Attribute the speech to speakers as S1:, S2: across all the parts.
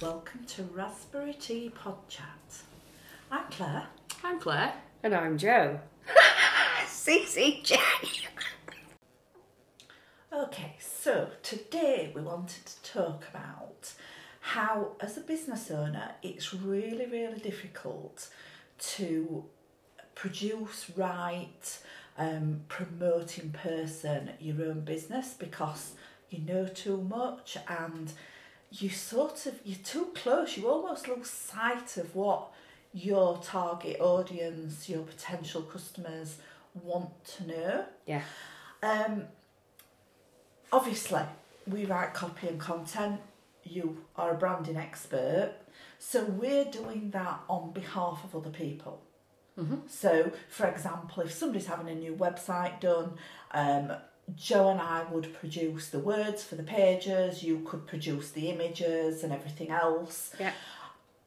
S1: Welcome to Raspberry Tea Pod Chat. I'm Claire.
S2: I'm Claire.
S3: And I'm Joe. CCJ.
S1: Okay, so today we wanted to talk about how, as a business owner, it's really, really difficult to produce right, um, promote in person your own business because you know too much and you sort of you're too close. You almost lose sight of what your target audience, your potential customers want to know.
S3: Yeah.
S1: Um, obviously, we write copy and content. You are a branding expert. So we're doing that on behalf of other people. So, for example, if somebody's having a new website done, um, Joe and I would produce the words for the pages, you could produce the images and everything else.
S3: Yeah.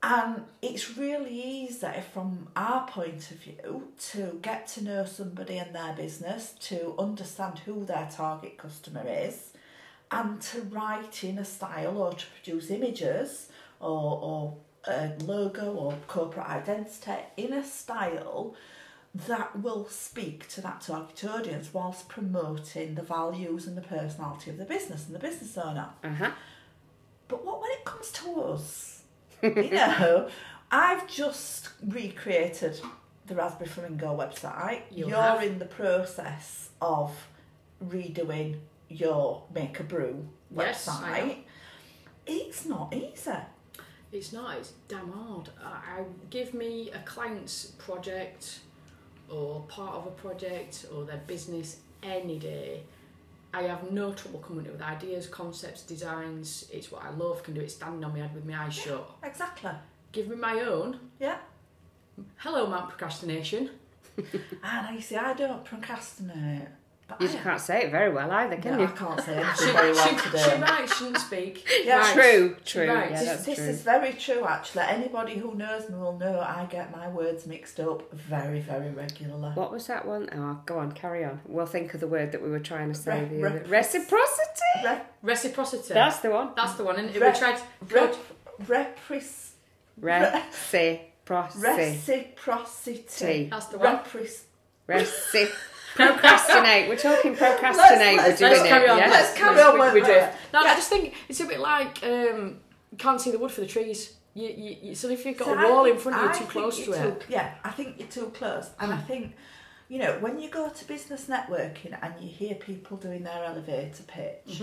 S1: And it's really easy from our point of view to get to know somebody and their business, to understand who their target customer is, and to write in a style or to produce images or, or a logo or corporate identity in a style that will speak to that target audience whilst promoting the values and the personality of the business and the business owner.
S3: Uh huh.
S1: But what when it comes to us? you know, I've just recreated the Raspberry Flamingo website.
S2: You
S1: are
S2: have.
S1: in the process of redoing your Make a Brew website.
S2: Yes, I know.
S1: It's not easy.
S2: It's not. It's damn hard. I, I give me a client's project, or part of a project, or their business any day. I have no trouble coming up with ideas, concepts, designs. It's what I love. Can do it standing on my head with my eyes shut.
S1: Exactly.
S2: Give me my own.
S1: Yeah.
S2: Hello, Mount Procrastination.
S1: And you see, I don't procrastinate. But I,
S3: You just can't say it very well either, can
S1: no, I
S3: you?
S1: can't say anything
S2: She,
S1: very well
S2: she, she
S1: today.
S2: writes, shouldn't speak.
S1: Yeah,
S2: Writes.
S3: True,
S2: She
S3: true.
S2: writes.
S3: Yeah, that's
S1: this
S3: true.
S1: is very true, actually. Anybody who knows me will know I get my words mixed up very, very regularly.
S3: What was that one? Oh, go on, carry on. We'll think of the word that we were trying to say.
S1: Re-
S3: the other.
S1: repros-
S3: Reciprocity.
S1: Re-
S2: Reciprocity.
S3: That's the one.
S2: That's the one. And we
S1: Re-
S2: tried.
S1: rep- repris- re-
S3: Reciprocity.
S1: reciprocity.
S2: That's the one.
S1: Repris-
S3: Reci. Procrastinate. We're talking procrastinate. We're
S1: let's-
S3: doing
S2: Let's
S3: it.
S2: carry on.
S3: yeah?
S1: Let's carry on
S2: we-
S1: with
S2: we
S1: that.
S2: drift. No,
S1: Yeah.
S2: I just think it's a bit like um, can't see the wood for the trees. You, you, you, so if you've got
S1: So
S2: a wall
S1: I
S2: in front of you
S1: think-
S2: too
S1: I
S2: close
S1: think
S2: to
S1: you're
S2: it, Hmm.
S1: too- Yeah, I think you're too close. And I think, you know, when you go to business networking and you hear people doing their elevator
S2: Mm-hmm.
S1: pitch,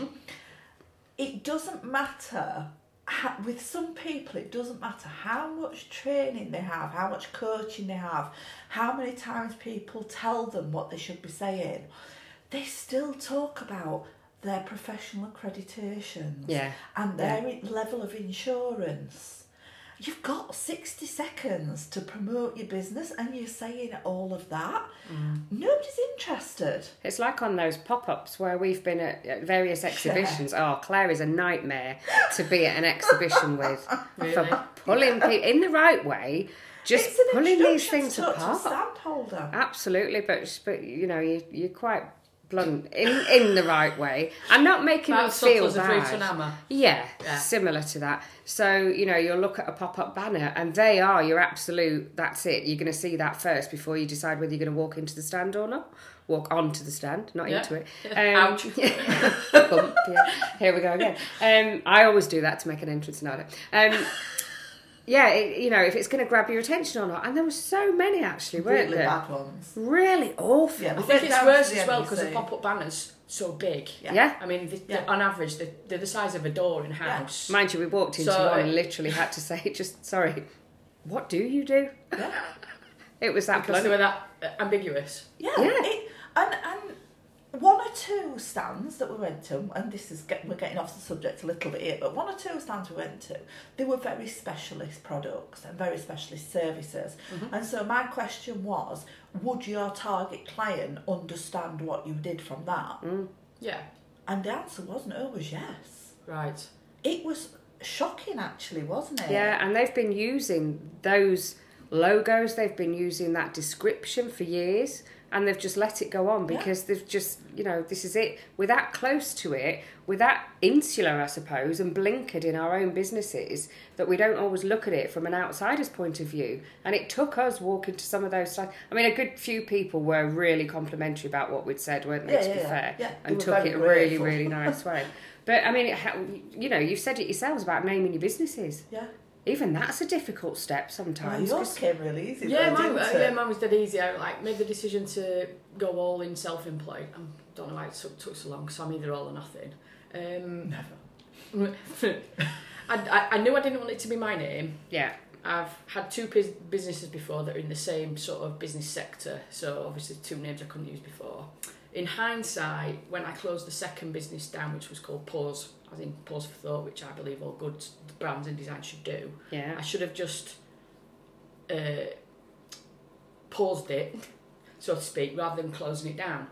S1: it doesn't matter. ho- With some people, it doesn't matter how much training they have, how much coaching they have, how many times people tell them what they should be saying. They still talk about their professional accreditations
S3: Yeah.
S1: and their level of insurance. You've got 60 seconds to promote your business and you're saying all of that.
S3: Mm.
S1: Nobody's interested.
S3: It's like on those pop-ups where we've been at, at various exhibitions. Oh, Claire is a nightmare to be at an exhibition with
S2: Really?
S3: for pulling people in the right way, just
S1: It's an
S3: pulling these
S1: instruction
S3: things
S1: to a
S3: apart.
S1: stamp holder.
S3: Absolutely, but but you know you you're quite blunt in in the right way. I'm not making
S2: About
S3: them
S2: subtle
S3: feel
S2: as a Bruton
S3: bad.
S2: hammer.
S3: Yeah,
S2: Yeah.
S3: similar to that. So you know you'll look at a pop-up banner and they are your absolute. That's it. You're going to see that first before you decide whether you're going to walk into the stand or not. Walk onto the stand, not
S2: Yeah.
S3: into it.
S2: Ouch.
S3: bump, yeah. Here we go again. Um, I always do that to make an entrance and I don't. Um, yeah, it, you know if it's going to grab your attention or not. And there were so many actually, weren't
S1: Really
S3: there?
S1: bad ones.
S3: Really awful.
S1: Yeah,
S2: I
S1: but
S2: think it's
S1: down
S2: worse
S1: to the
S2: as well because the
S1: NEC.
S2: pop-up banners so big.
S1: Yeah.
S3: Yeah.
S2: I mean, the,
S1: Yeah.
S2: the, on average, they're, they're the size of a door in a
S1: Yeah.
S2: house.
S3: Mind you, we walked into
S2: So-
S3: one and literally had to say, just sorry, what do you do?
S1: Yeah.
S3: It was that
S2: Because
S3: blunt.
S2: they were that uh, ambiguous.
S1: Yeah.
S3: Yeah.
S1: It, and and one or two stands that we went to, and this is get, we're getting off the subject a little bit here, but one or two stands we went to, they were very specialist products and very specialist services.
S2: Mm-hmm.
S1: And so my question was, would your target client understand what you did from that?
S2: Mm. Yeah.
S1: And the answer wasn't always yes.
S2: Right.
S1: It was shocking, actually, wasn't it?
S3: Yeah, and they've been using those logos. They've been using that description for years and they've just let it go on
S1: Yeah.
S3: because they've just, you know, this is it. We're that close to it, we're that insular, I suppose, and blinkered in our own businesses that we don't always look at it from an outsider's point of view. And it took us walking to some of those sites. I mean, a good few people were really complimentary about what we'd said, weren't they,
S1: Yeah,
S3: to be
S1: yeah, yeah.
S3: fair?
S1: Yeah, they
S3: and
S1: were
S3: took
S1: very
S3: it a really,
S1: grateful.
S3: really nice way. But I mean, it, ha- you know, you've said it yourselves about naming your businesses.
S1: Yeah.
S3: Even that's a difficult step
S1: Well,
S3: sometimes.
S1: yours
S3: 'cause-
S1: came really easy.
S2: Yeah,
S1: though,
S2: mine,
S1: didn't
S2: uh,
S1: it?
S2: yeah, mine was dead easy. I like made the decision to go all in self-employed. I don't know why it took, took so long because I'm either all or nothing. Um, Never. I, I, I knew I didn't want it to be my name.
S3: yeah,
S2: I've had two bus- businesses before that are in the same sort of business sector, so obviously two names I couldn't use before. In hindsight, when I closed the second business down, which was called Pause, as in Pause for Thought, which I believe all good brands and design should do, I
S3: yeah,
S2: should have just uh, paused it, so to speak, rather than closing it down.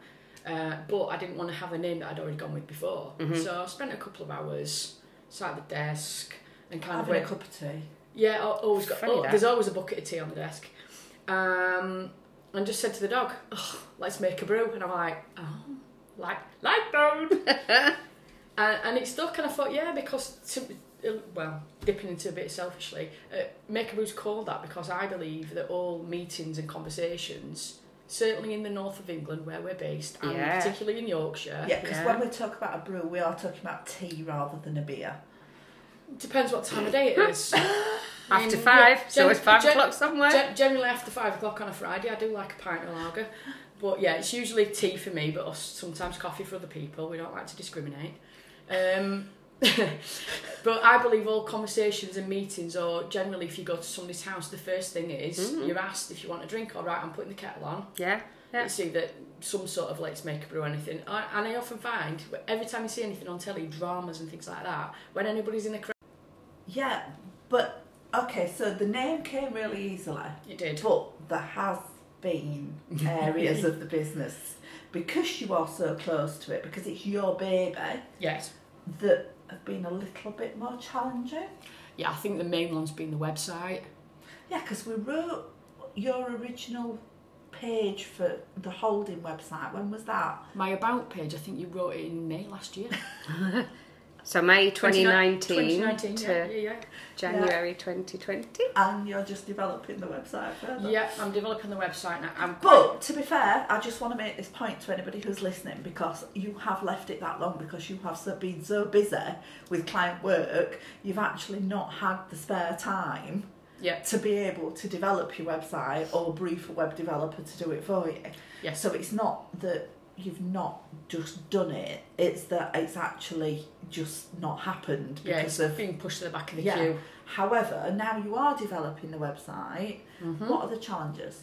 S2: Uh, but I didn't want to have a name that I'd already gone with before.
S1: Mm-hmm.
S2: So I spent a couple of hours sat at the desk and kind of
S1: Having
S2: went,
S1: a cup of tea.
S2: yeah, al- always got.
S3: Funny
S2: oh,
S3: that.
S2: there's always a bucket of tea on the desk. Um, and just said to the dog, oh, "Let's make a brew," and I'm like, "Oh, like light bone," and, and it stuck. And I thought, yeah, because to, uh, well, dipping into a bit selfishly, uh, make a brew's called that because I believe that all meetings and conversations, certainly in the north of England where we're based, and
S3: Yeah.
S2: particularly in Yorkshire,
S1: Yeah, because
S3: Yeah.
S1: when we talk about a brew, we are talking about tea rather than a beer.
S2: depends what time of day it is. In-
S3: after
S2: yeah,
S3: five, so
S2: gen-
S3: it's five
S2: gen-
S3: o'clock somewhere.
S2: Gen- generally after five o'clock on a Friday, I do like a pint of lager. But yeah, it's usually tea for me, but us- sometimes coffee for other people. We don't like to discriminate. Um, but I believe all conversations and meetings, or generally if you go to somebody's house, the first thing is you're asked if you want a drink. All right, I'm putting the kettle on.
S3: yeah, yeah,
S2: You see that some sort of let's make a brew or anything. I- And I often find every time you see anything on telly, dramas and things like that, when anybody's in the crowd,
S1: Yeah, but okay, so the name came really easily,
S2: it did.
S1: but there has been areas of the business because you are so close to it, because it's your baby,
S2: Yes.
S1: that have been a little bit more challenging.
S2: Yeah, I think the main one's been the website.
S1: Yeah, because we wrote your original page for the holding website. When was that?
S2: My about page, I think you wrote it in May last year.
S3: So May 2019,
S2: 2019,
S3: to
S2: yeah, yeah,
S3: January 2020.
S1: And you're just developing the website further.
S2: yeah. Yeah, I'm developing the website now. I'm
S1: But to be fair, I just want to make this point to anybody who's listening because you have left it that long because you have so, been so busy with client work, you've actually not had the spare time
S2: yeah,
S1: to be able to develop your website or brief a web developer to do it for you.
S2: Yes.
S1: So it's not that you've not just done it, it's that it's actually just not happened
S2: yeah,
S1: because
S2: it's
S1: of
S2: being pushed to the back of the
S1: yeah.
S2: queue.
S1: However, now you are developing the website,
S2: Hmm? Mm-hmm.
S1: what are the challenges?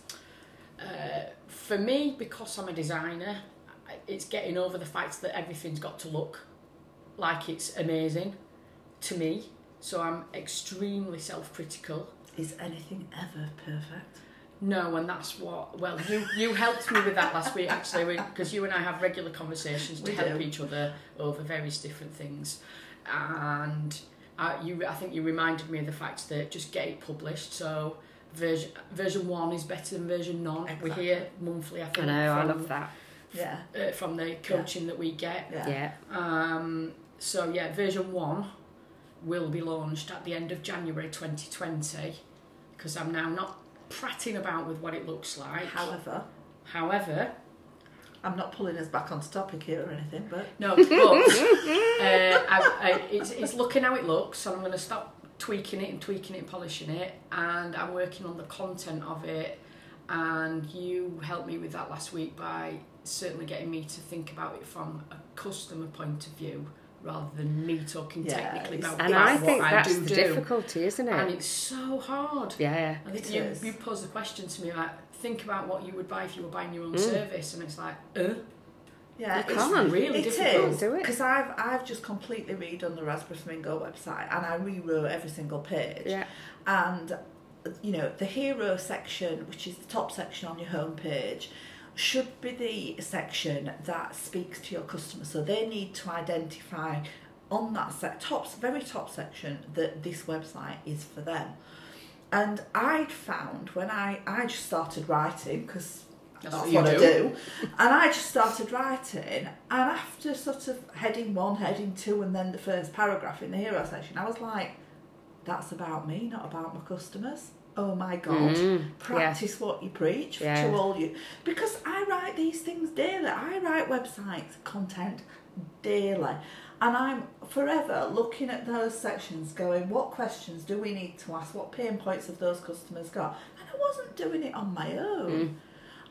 S2: Uh, for me, because I'm a designer, I- it's getting over the fact that everything's got to look like it's amazing to me. So I'm extremely self-critical.
S1: Is anything ever perfect?
S2: No, and that's what. Well, you you helped me with that last week actually, because you and I have regular conversations to
S1: We
S2: help
S1: do.
S2: each other over various different things, and uh, you I think you reminded me of the fact that just get it published. So version version one is better than version none. We're
S1: Exactly.
S2: here monthly. I think.
S3: I know, I
S2: from,
S3: love that.
S1: Yeah,
S2: Uh, from the coaching that we get.
S1: yeah.
S3: Yeah,
S2: Um, so yeah, version one will be launched at the end of January 2020 because I'm now not prattling about with what it looks like.
S1: However,
S2: However,
S1: I'm not pulling us back onto topic here or anything, but
S2: no, but uh, I, I, it's, it's looking how it looks, and I'm going to stop tweaking it and tweaking it and polishing it. And I'm working on the content of it. And you helped me with that last week by certainly getting me to think about it from a customer point of view rather than me talking
S1: Yeah,
S2: technically
S1: it's-
S2: about
S3: and
S2: what,
S3: I
S2: what
S3: think
S2: I
S3: that's
S2: do
S3: the
S2: do.
S3: difficulty, isn't
S2: And
S3: it?
S2: it's so hard.
S3: Yeah,
S2: I think
S1: It
S2: you,
S1: is.
S2: you posed the question to me like, think about what you would buy if you were buying your own service, and it's like, uh,
S1: yeah,
S3: You
S1: it's
S3: Mm. can't.
S2: it's really
S1: It
S2: difficult.
S1: is
S3: Do it.
S1: because I've I've just completely redone the Raspberry Flamingo website and I rewrote every single page.
S3: yeah,
S1: And you know the hero section, which is the top section on your homepage, should be the section that speaks to your customer. So they need to identify on that set top very top section that this website is for them. And I'd found when I, I just started writing because
S2: That's
S1: that's,
S2: what
S1: what,
S2: you
S1: I
S2: do.
S1: do. And I just started writing, and after sort of heading one, heading two, and then the first paragraph in the hero section, I was like, that's about me, not about my customers. Oh my God. Practice what you preach
S3: Yeah.
S1: to all you. Because I write these things daily. I write websites, content daily. And I'm forever looking at those sections going, what questions do we need to ask? What pain points have those customers got? And I wasn't doing it on my own.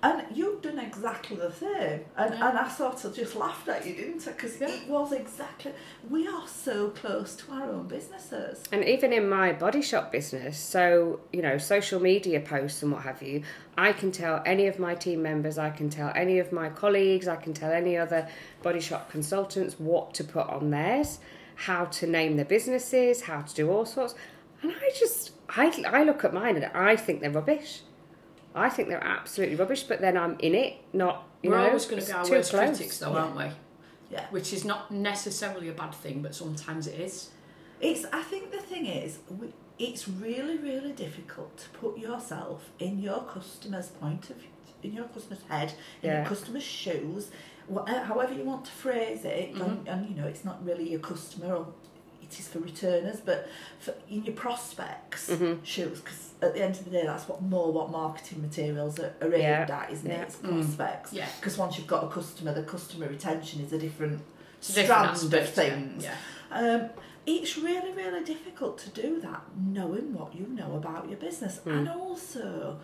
S1: And you've done exactly the same. And,
S2: Yeah.
S1: and I sort of just laughed at you, didn't I? Because it was exactly. We are so close to our own businesses.
S3: And even in my body shop business, so, you know, social media posts and what have you, I can tell any of my team members, I can tell any of my colleagues, I can tell any other body shop consultants what to put on theirs, how to name their businesses, how to do all sorts. And I just, I, I look at mine and I think they're rubbish. I think they're absolutely rubbish, but then I'm in it, not, you
S2: We're
S3: know,
S2: always going to
S3: it's
S2: be our
S3: too
S2: worst
S3: close.
S2: critics, though, aren't we?
S1: Yeah.
S2: Which is not necessarily a bad thing, but sometimes it is.
S1: It's. I think the thing is, we, it's really, really difficult to put yourself in your customer's point of, in your customer's head, in
S3: Yeah.
S1: your customer's shoes, wha- uh, however you want to phrase it.
S3: Mm-hmm.
S1: And, and you know, it's not really your customer, or it is for returners, but for in your prospects'
S3: Mm-hmm.
S1: shoes, because at the end of the day, that's what more what marketing materials are, are aimed
S3: Yeah.
S1: at, isn't
S3: Yeah. Mm.
S1: it? It's prospects.
S2: Yeah.
S1: Because once you've got a customer, the customer retention is a different
S2: It's a
S1: strand of
S2: different aspect, yeah,
S1: things.
S2: yeah.
S1: Um, it's really, really difficult to do that knowing what you know about your business. And also,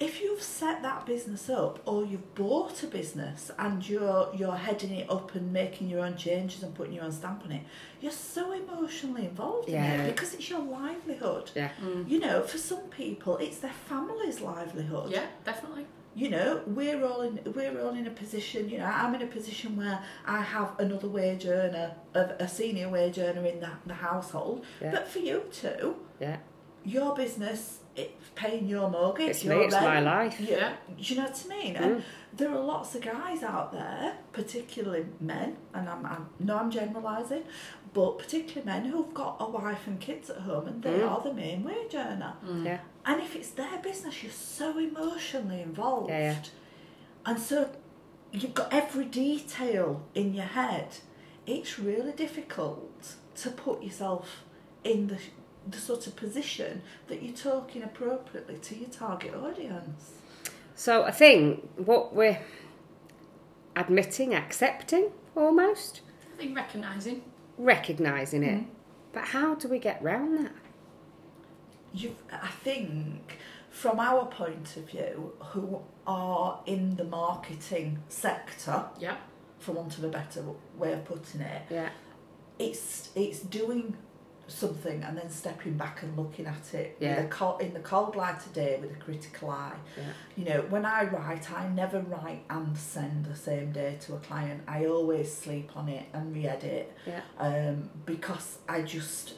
S1: if you've set that business up or you've bought a business and you're you're heading it up and making your own changes and putting your own stamp on it, you're so emotionally involved in
S3: Yeah.
S1: it because it's your livelihood.
S3: Yeah.
S2: Mm.
S1: You know, for some people it's their family's livelihood
S2: Yeah, definitely.
S1: you know we're all in we're all in a position you know i'm in a position where i have another wage earner of a senior wage earner in the, the household
S3: Yeah.
S1: but for you two
S3: Yeah.
S1: your business it's paying your mortgage
S3: It's
S1: your
S3: me, it's my
S1: rent,
S3: life. Mm.
S1: you,
S2: Yeah.
S1: do you know what I mean? And there are lots of guys out there, particularly men, and I'm, I'm no, I'm generalising, but particularly men who've got a wife and kids at home, and
S3: Mm.
S1: they are the main wage earner.
S2: Mm.
S3: Yeah.
S1: And if it's their business, you're so emotionally involved,
S3: Yeah, yeah.
S1: and so you've got every detail in your head. It's really difficult to put yourself in the the sort of position that you're talking appropriately to your target audience.
S3: So I think what we're admitting, accepting almost,
S2: I think recognising.
S3: recognising it.
S1: Mm-hmm.
S3: But how do we get round that?
S1: you I think from our point of view who are in the marketing sector
S2: Yeah.
S1: for want of a better w- way of putting it
S3: Yeah.
S1: it's it's doing something and then stepping back and looking at it
S3: Yeah.
S1: with a col- in the cold light today with a critical eye
S3: Yeah.
S1: you know when i write i never write and send the same day to a client i always sleep on it and re-edit
S3: Yeah.
S1: um, because I just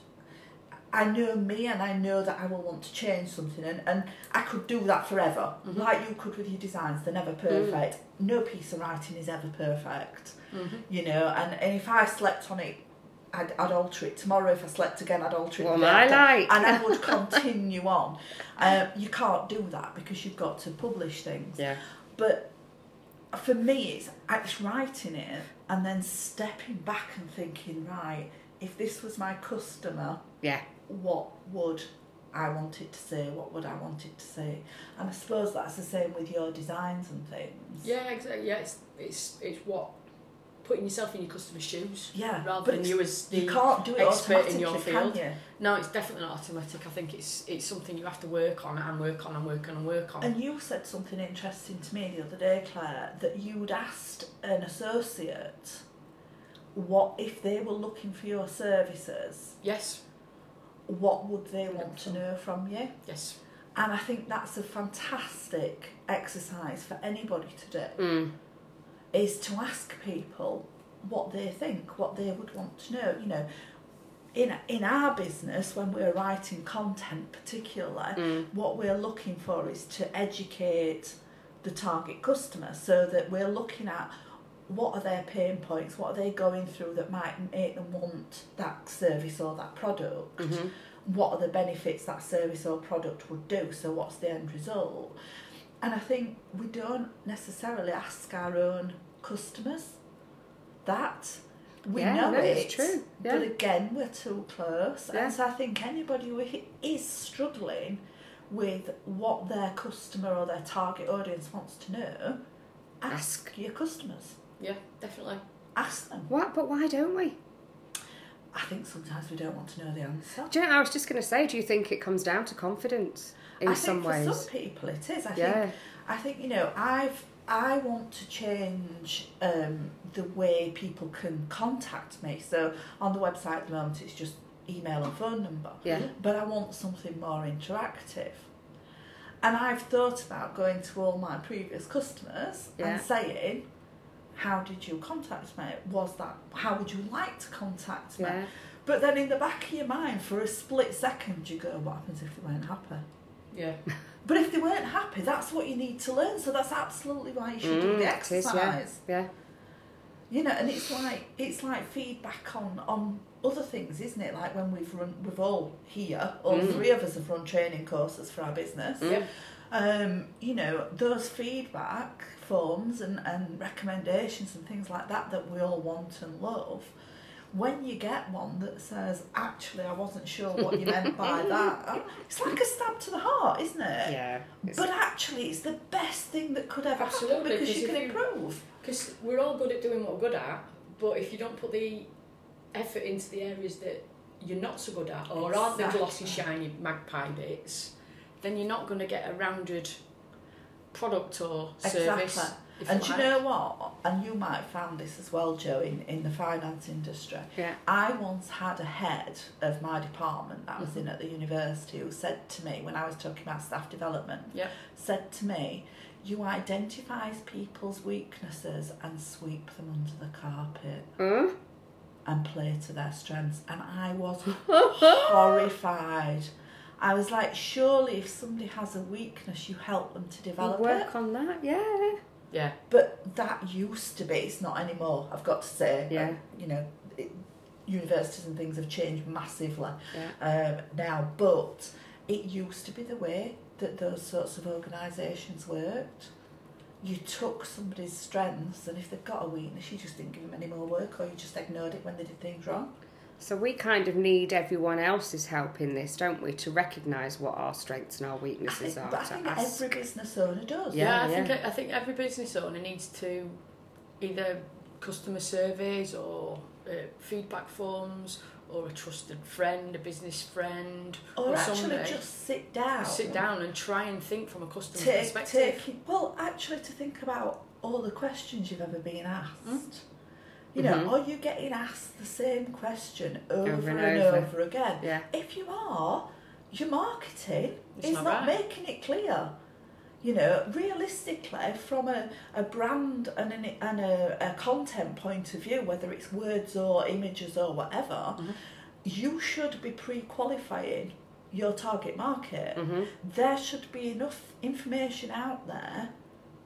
S1: I know me and I know that I will want to change something and, and I could do that forever
S3: Mm-hmm.
S1: like you could with your designs they're never perfect
S3: Mm.
S1: no piece of writing is ever perfect
S3: Mm-hmm.
S1: you know and, and if I slept on it I'd, I'd alter it tomorrow if I slept again I'd alter it
S3: What
S1: the day
S3: am I
S1: after.
S3: like?
S1: and uh, I would continue on um, you can't do that because you've got to publish things
S3: Yeah.
S1: but for me, it's, it's writing it and then stepping back and thinking, right, if this was my customer,
S3: Yeah.
S1: what would I want it to say? What would I want it to say? And I suppose that's the same with your designs and things.
S2: Yeah, exactly. Yeah, it's, it's, it's what? Putting yourself in your customer's shoes.
S1: Yeah,
S2: Rather
S1: but
S2: than
S1: it's-
S2: you as the
S1: You can't do it
S2: expert
S1: automatically,
S2: in your
S1: can
S2: field.
S1: you?
S2: No, it's definitely not automatic. I think it's it's something you have to work on and work on and work on and work on.
S1: And you said something interesting to me the other day, Claire, that you'd asked an associate what if they were looking for your services,
S2: yes,
S1: what would they want to know from you?
S2: yes,
S1: And I think that's a fantastic exercise for anybody to do is to ask people what they think, what they would want to know. You know, in in our business when we're writing content particularly,
S3: Mm.
S1: what we're looking for is to educate the target customer so that we're looking at what are their pain
S3: Mm-hmm.
S1: points, what are they going through that might make them want that service or that product. what are the benefits that service or product would do, so what's the end result. And I think we don't necessarily ask our own customers that. We
S3: Yeah,
S1: know
S3: no,
S1: it,
S3: it's true.
S1: but
S3: Yeah.
S1: again, we're too close.
S3: Yeah.
S1: And so I think anybody who i- is struggling with what their customer or their target audience wants to know, ask, your customers,
S2: Yeah, definitely.
S1: ask them.
S3: What? But why don't we?
S1: I think sometimes we don't want to know the answer.
S3: Do you know, I was just going to say, do you think it comes down to confidence in
S1: I
S3: some
S1: think
S3: ways?
S1: for some people it is. I think
S3: yeah,
S1: I think you know I've I want to change um, the way people can contact me. So on the website at the moment, it's just email and phone number.
S3: yeah,
S1: But I want something more interactive. And I've thought about going to all my previous customers
S3: Yeah.
S1: and saying, "How did you contact me? Was that how would you like to contact me?"
S3: yeah.
S1: But then in the back of your mind, for a split second, you go, "What happens if they weren't happy?"
S2: Yeah.
S1: But if they weren't happy, that's what you need to learn. So that's absolutely why you should do
S3: Mm,
S1: the
S3: it is,
S1: exercise.
S3: yeah. Yeah,
S1: You know, and it's like it's like feedback on on other things, isn't it? Like when we've run, we've all here, all
S3: Mm.
S1: three of us have run training courses for our business.
S3: Mm.
S1: Um, you know, those feedback forms and and recommendations and things like that that we all want and love. When you get one that says, "Actually, I wasn't sure what you meant by that," it's like a stab to the heart, isn't it?
S3: yeah. It's-
S1: Uh, But actually, it's the best thing that could ever
S2: Absolutely,
S1: happen because
S2: because
S1: you
S2: if
S1: can
S2: you-
S1: improve.
S2: Because we're all good at doing what we're good at, but if you don't put the effort into the areas that you're not so good at, or aren't the glossy,
S1: Exactly.
S2: shiny magpie bits, then you're not going to get a rounded product or service.
S1: Exactly.
S2: if
S1: And do you
S2: like.
S1: know what? And you might have found this as well, Joe, in, in the finance industry.
S3: yeah.
S1: I once had a head of my department that I was
S2: Mm-hmm.
S1: in at the university who said to me, when I was talking about staff development,
S2: Yeah.
S1: said to me, You identify people's weaknesses and sweep them under the carpet
S3: Mm?
S1: and play to their strengths. And I was horrified. I was like, surely if somebody has a weakness, you help them to
S3: You
S1: develop it.
S3: work on that, yeah.
S2: Yeah.
S1: But that used to be, it's not anymore, I've got to say.
S3: Yeah.
S1: Um, you know, it, universities and things have changed massively
S3: Yeah.
S1: um, now, but it used to be the way that those sorts of organisations worked. You took somebody's strengths, and if they've got a weakness, you just didn't give them any more work, or you just ignored it when they did things wrong.
S3: So we kind of need everyone else's help in this, don't we, to recognise what our strengths and our
S1: I
S3: weaknesses
S1: think,
S3: are.
S1: but I
S3: to
S1: think
S3: ask.
S1: every business owner does.
S3: Yeah,
S2: yeah, I
S3: yeah.
S2: think I think every business owner needs to either customer surveys or uh, feedback forms or a trusted friend, a business friend,
S1: Or
S2: or
S1: actually,
S2: somebody.
S1: just sit down.
S2: sit down and try and think from a customer
S1: Take,
S2: perspective.
S1: take, well, actually, to think about all the questions you've ever been asked.
S2: Mm-hmm.
S1: You
S3: Mhm.
S1: know, are you getting asked the same question over,
S3: and
S1: and,
S3: over.
S1: over. again?
S3: Yeah.
S1: If you are, your marketing
S2: It's
S1: is
S2: not
S1: not,
S2: right.
S1: making it clear. You know, realistically, from a, a brand and, an, and a, a content point of view, whether it's words or images or whatever,
S2: Mm-hmm.
S1: you should be pre qualifying your target market.
S3: mm-hmm.
S1: There should be enough information out there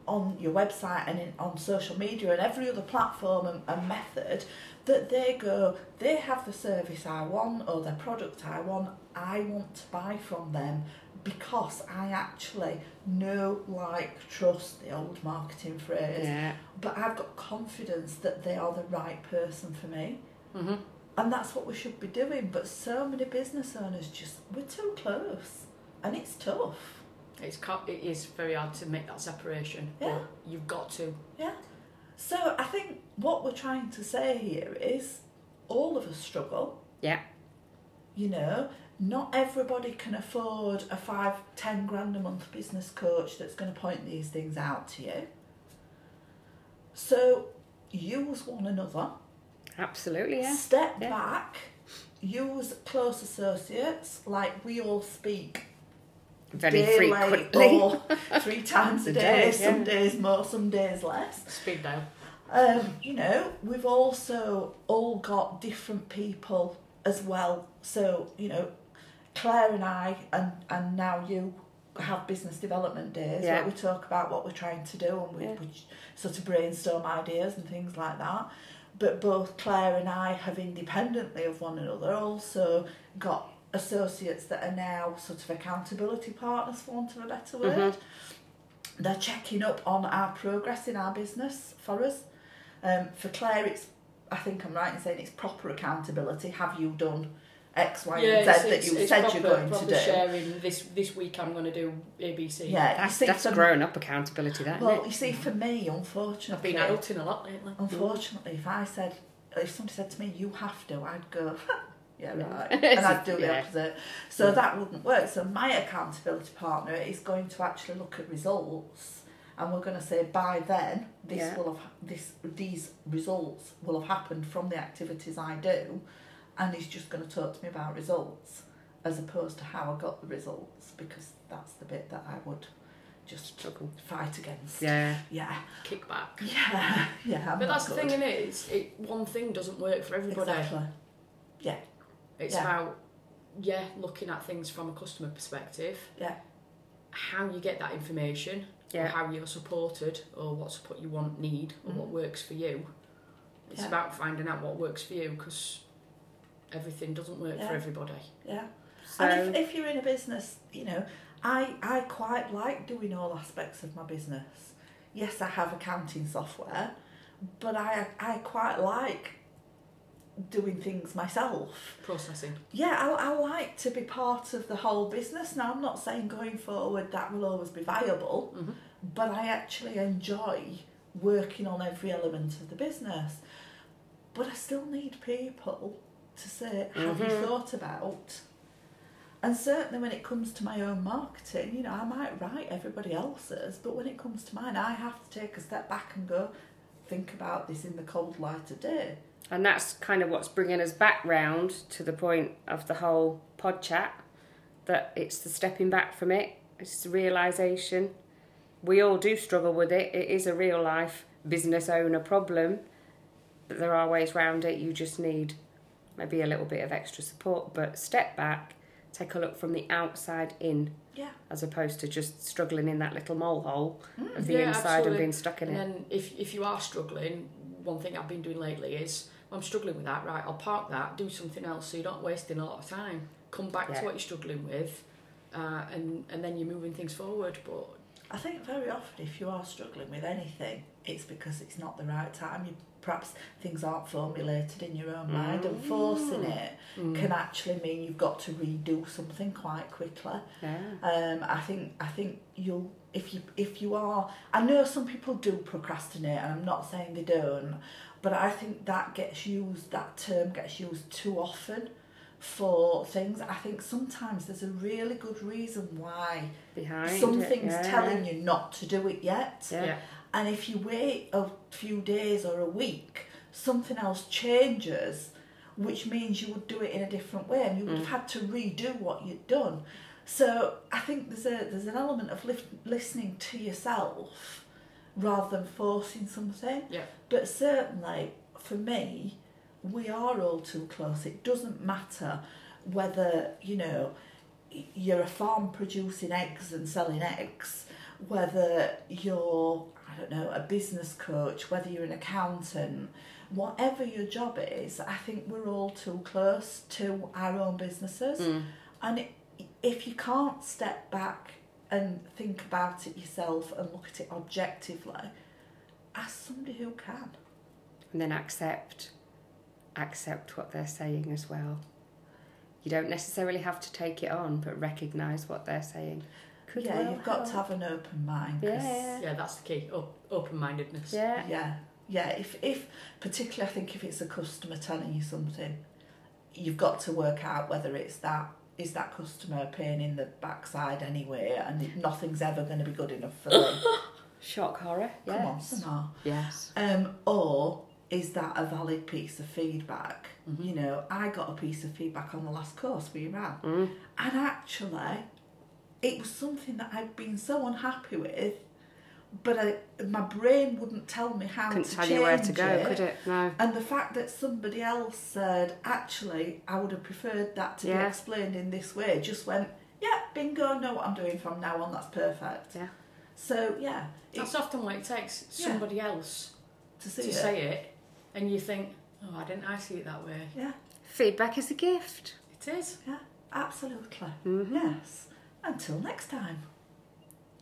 S1: on your website and in, on social media and every other platform and, and method that they go, they have the service I want or the product I want, I want to buy from them because I actually know, like, trust the old marketing phrase,
S3: Yeah.
S1: but I've got confidence that they are the right person for me.
S2: hmm
S1: And that's what we should be doing. But so many business owners just, we're too close and it's tough.
S2: It's co- it is very hard to make that separation.
S1: Yeah.
S2: But you've got to.
S1: Yeah. So I think what we're trying to say here is all of us struggle.
S3: Yeah.
S1: You know, not everybody can afford a five, ten grand a month business coach that's going to point these things out to you. So use one another.
S3: Absolutely, yeah.
S1: Step
S3: Yeah.
S1: back. Use close associates, like we all speak
S3: Very
S1: daily
S3: frequently.
S1: or three times a
S3: A
S1: day.
S3: day,
S1: Some
S3: yeah.
S1: days more, some days less.
S2: Speed dial.
S1: Um, you know, we've also all got different people as well. So, you know, Claire and I, and, and now you have business development days
S3: Yeah.
S1: where we talk about what we're trying to do and we,
S3: Yeah.
S1: we sort of brainstorm ideas and things like that. But both Claire and I have independently of one another also got associates that are now sort of accountability partners, for want of a better word.
S3: Mm-hmm.
S1: They're checking up on our progress in our business for us. Um, for Claire, it's I think I'm right in saying it's proper accountability. Have you done X, Y,
S2: yeah,
S1: and
S2: it's,
S1: Z that
S2: it's,
S1: you
S2: it's
S1: said
S2: proper,
S1: you're going
S2: proper
S1: to do?
S2: sharing. This this week I'm going to do ABC.
S1: Yeah,
S3: That's,
S1: you see,
S3: that's
S1: for,
S3: grown up accountability, that
S1: Well,
S3: not
S1: you
S3: it?
S1: see, for me, unfortunately,
S2: I've been adulting a lot lately.
S1: Unfortunately, if I said, if somebody said to me, you have to, I'd go, yeah, right. And I'd do the
S3: Yeah.
S1: opposite. So that wouldn't work. So my accountability partner is going to actually look at results and we're going to say, by then, this
S3: Yeah.
S1: will have, this, these results will have happened from the activities I do. And he's just going to talk to me about results as opposed to how I got the results because that's the bit that I would just
S3: Struggle.
S1: fight against.
S3: Yeah.
S1: Yeah.
S2: Kick back.
S1: Yeah. Yeah. I'm
S2: But
S1: not
S2: that's the
S1: good.
S2: thing, isn't it? It's, it one thing doesn't work for everybody.
S1: Exactly. Yeah,
S2: It's
S1: Yeah.
S2: about yeah, looking at things from a customer perspective.
S1: Yeah.
S2: How you get that information, or
S3: Yeah.
S2: how you're supported, or what support you want, need, or what works for you. It's
S1: Yeah.
S2: about finding out what works for you because everything doesn't work
S1: Yeah.
S2: for everybody.
S1: yeah.
S3: So,
S1: and if, if you're in a business, you know, I I quite like doing all aspects of my business. Yes, I have accounting software, but I I quite like doing things myself.
S2: Processing.
S1: Yeah, I, I like to be part of the whole business. Now, I'm not saying going forward that will always be viable, but I actually enjoy working on every element of the business. But I still need people to say, Have you thought about? And certainly when it comes to my own marketing, you know, I might write everybody else's, but when it comes to mine, I have to take a step back and go, Think about this in the cold light of day.
S3: and that's kind of what's bringing us back round to the point of the whole pod chat that it's the stepping back from it, it's the realization. We all do struggle with it, it is a real life business owner problem, but there are ways round it. You just need maybe a little bit of extra support, but step back, take a look from the outside in.
S1: Yeah.
S3: As opposed to just struggling in that little mole hole of the
S2: yeah,
S3: inside and
S2: absolutely.
S3: being stuck in
S2: And
S3: it.
S2: then if if you are struggling, one thing I've been doing lately is I'm struggling with that. Right, I'll park that, do something else, so you're not wasting a lot of time. Come back
S3: Yeah.
S2: to what you're struggling with, uh, and and then you're moving things forward. But
S1: I think very often, if you are struggling with anything, it's because it's not the right time. You perhaps things aren't formulated in your own mind, and forcing it can actually mean you've got to redo something quite quickly.
S3: Yeah.
S1: Um, I think I think you'll if you if you are. I know some people do procrastinate, and I'm not saying they don't, but I think that gets used. That term gets used too often for things. I think sometimes there's a really good reason why
S3: Behind. it,
S1: something's
S3: yeah.
S1: telling you not to do it yet.
S3: Yeah.
S1: And if you wait a few days or a week, something else changes, which means you would do it in a different way and you
S3: Mm.
S1: would have had to redo what you'd done. So I think there's a there's an element of lif- listening to yourself rather than forcing something.
S2: Yeah.
S1: But certainly for me, we are all too close. It doesn't matter whether, you know, y- you're a farm producing eggs and selling eggs, whether you're, I don't know, a business coach, whether you're an accountant, whatever your job is, I think we're all too close to our own businesses.
S3: Mm.
S1: And it, if you can't step back and think about it yourself and look at it objectively, ask somebody who can.
S3: and then accept accept what they're saying as well you don't necessarily have to take it on but recognize what they're saying could
S1: yeah,
S3: well
S1: you've got to
S3: help.
S1: have an open mind. 'cause-
S3: yeah
S2: yeah, that's the key. Op- open mindedness.
S3: yeah
S1: yeah, yeah. If if particularly, I think if it's a customer telling you something, you've got to work out whether it's that is that customer a pain in the backside anyway, and nothing's ever going to be good enough for them.
S3: shock horror yes
S1: Come on, Sanaa.
S3: yes
S1: Um, or is that a valid piece of feedback?
S3: Mm-hmm.
S1: You know, I got a piece of feedback on the last course we ran,
S3: Mm.
S1: and actually, it was something that I'd been so unhappy with, but I, my brain wouldn't tell me how
S3: couldn't
S1: to
S3: tell you where to
S1: change
S3: go
S1: it.
S3: could it no
S1: And the fact that somebody else said, actually, I would have preferred that to be
S3: Yeah.
S1: explained in this way, just went, yeah, bingo, know what I'm doing from now on, that's perfect.
S3: yeah
S1: So, yeah, it's
S2: That's often what it takes somebody else
S1: to see
S2: to
S1: it.
S2: say it, and you think, oh, I didn't I see it that way?
S1: yeah,
S3: feedback is a gift
S2: It is.
S1: yeah. Absolutely.
S3: Mhm.
S2: Mm-hmm.
S1: Yes. Until next time.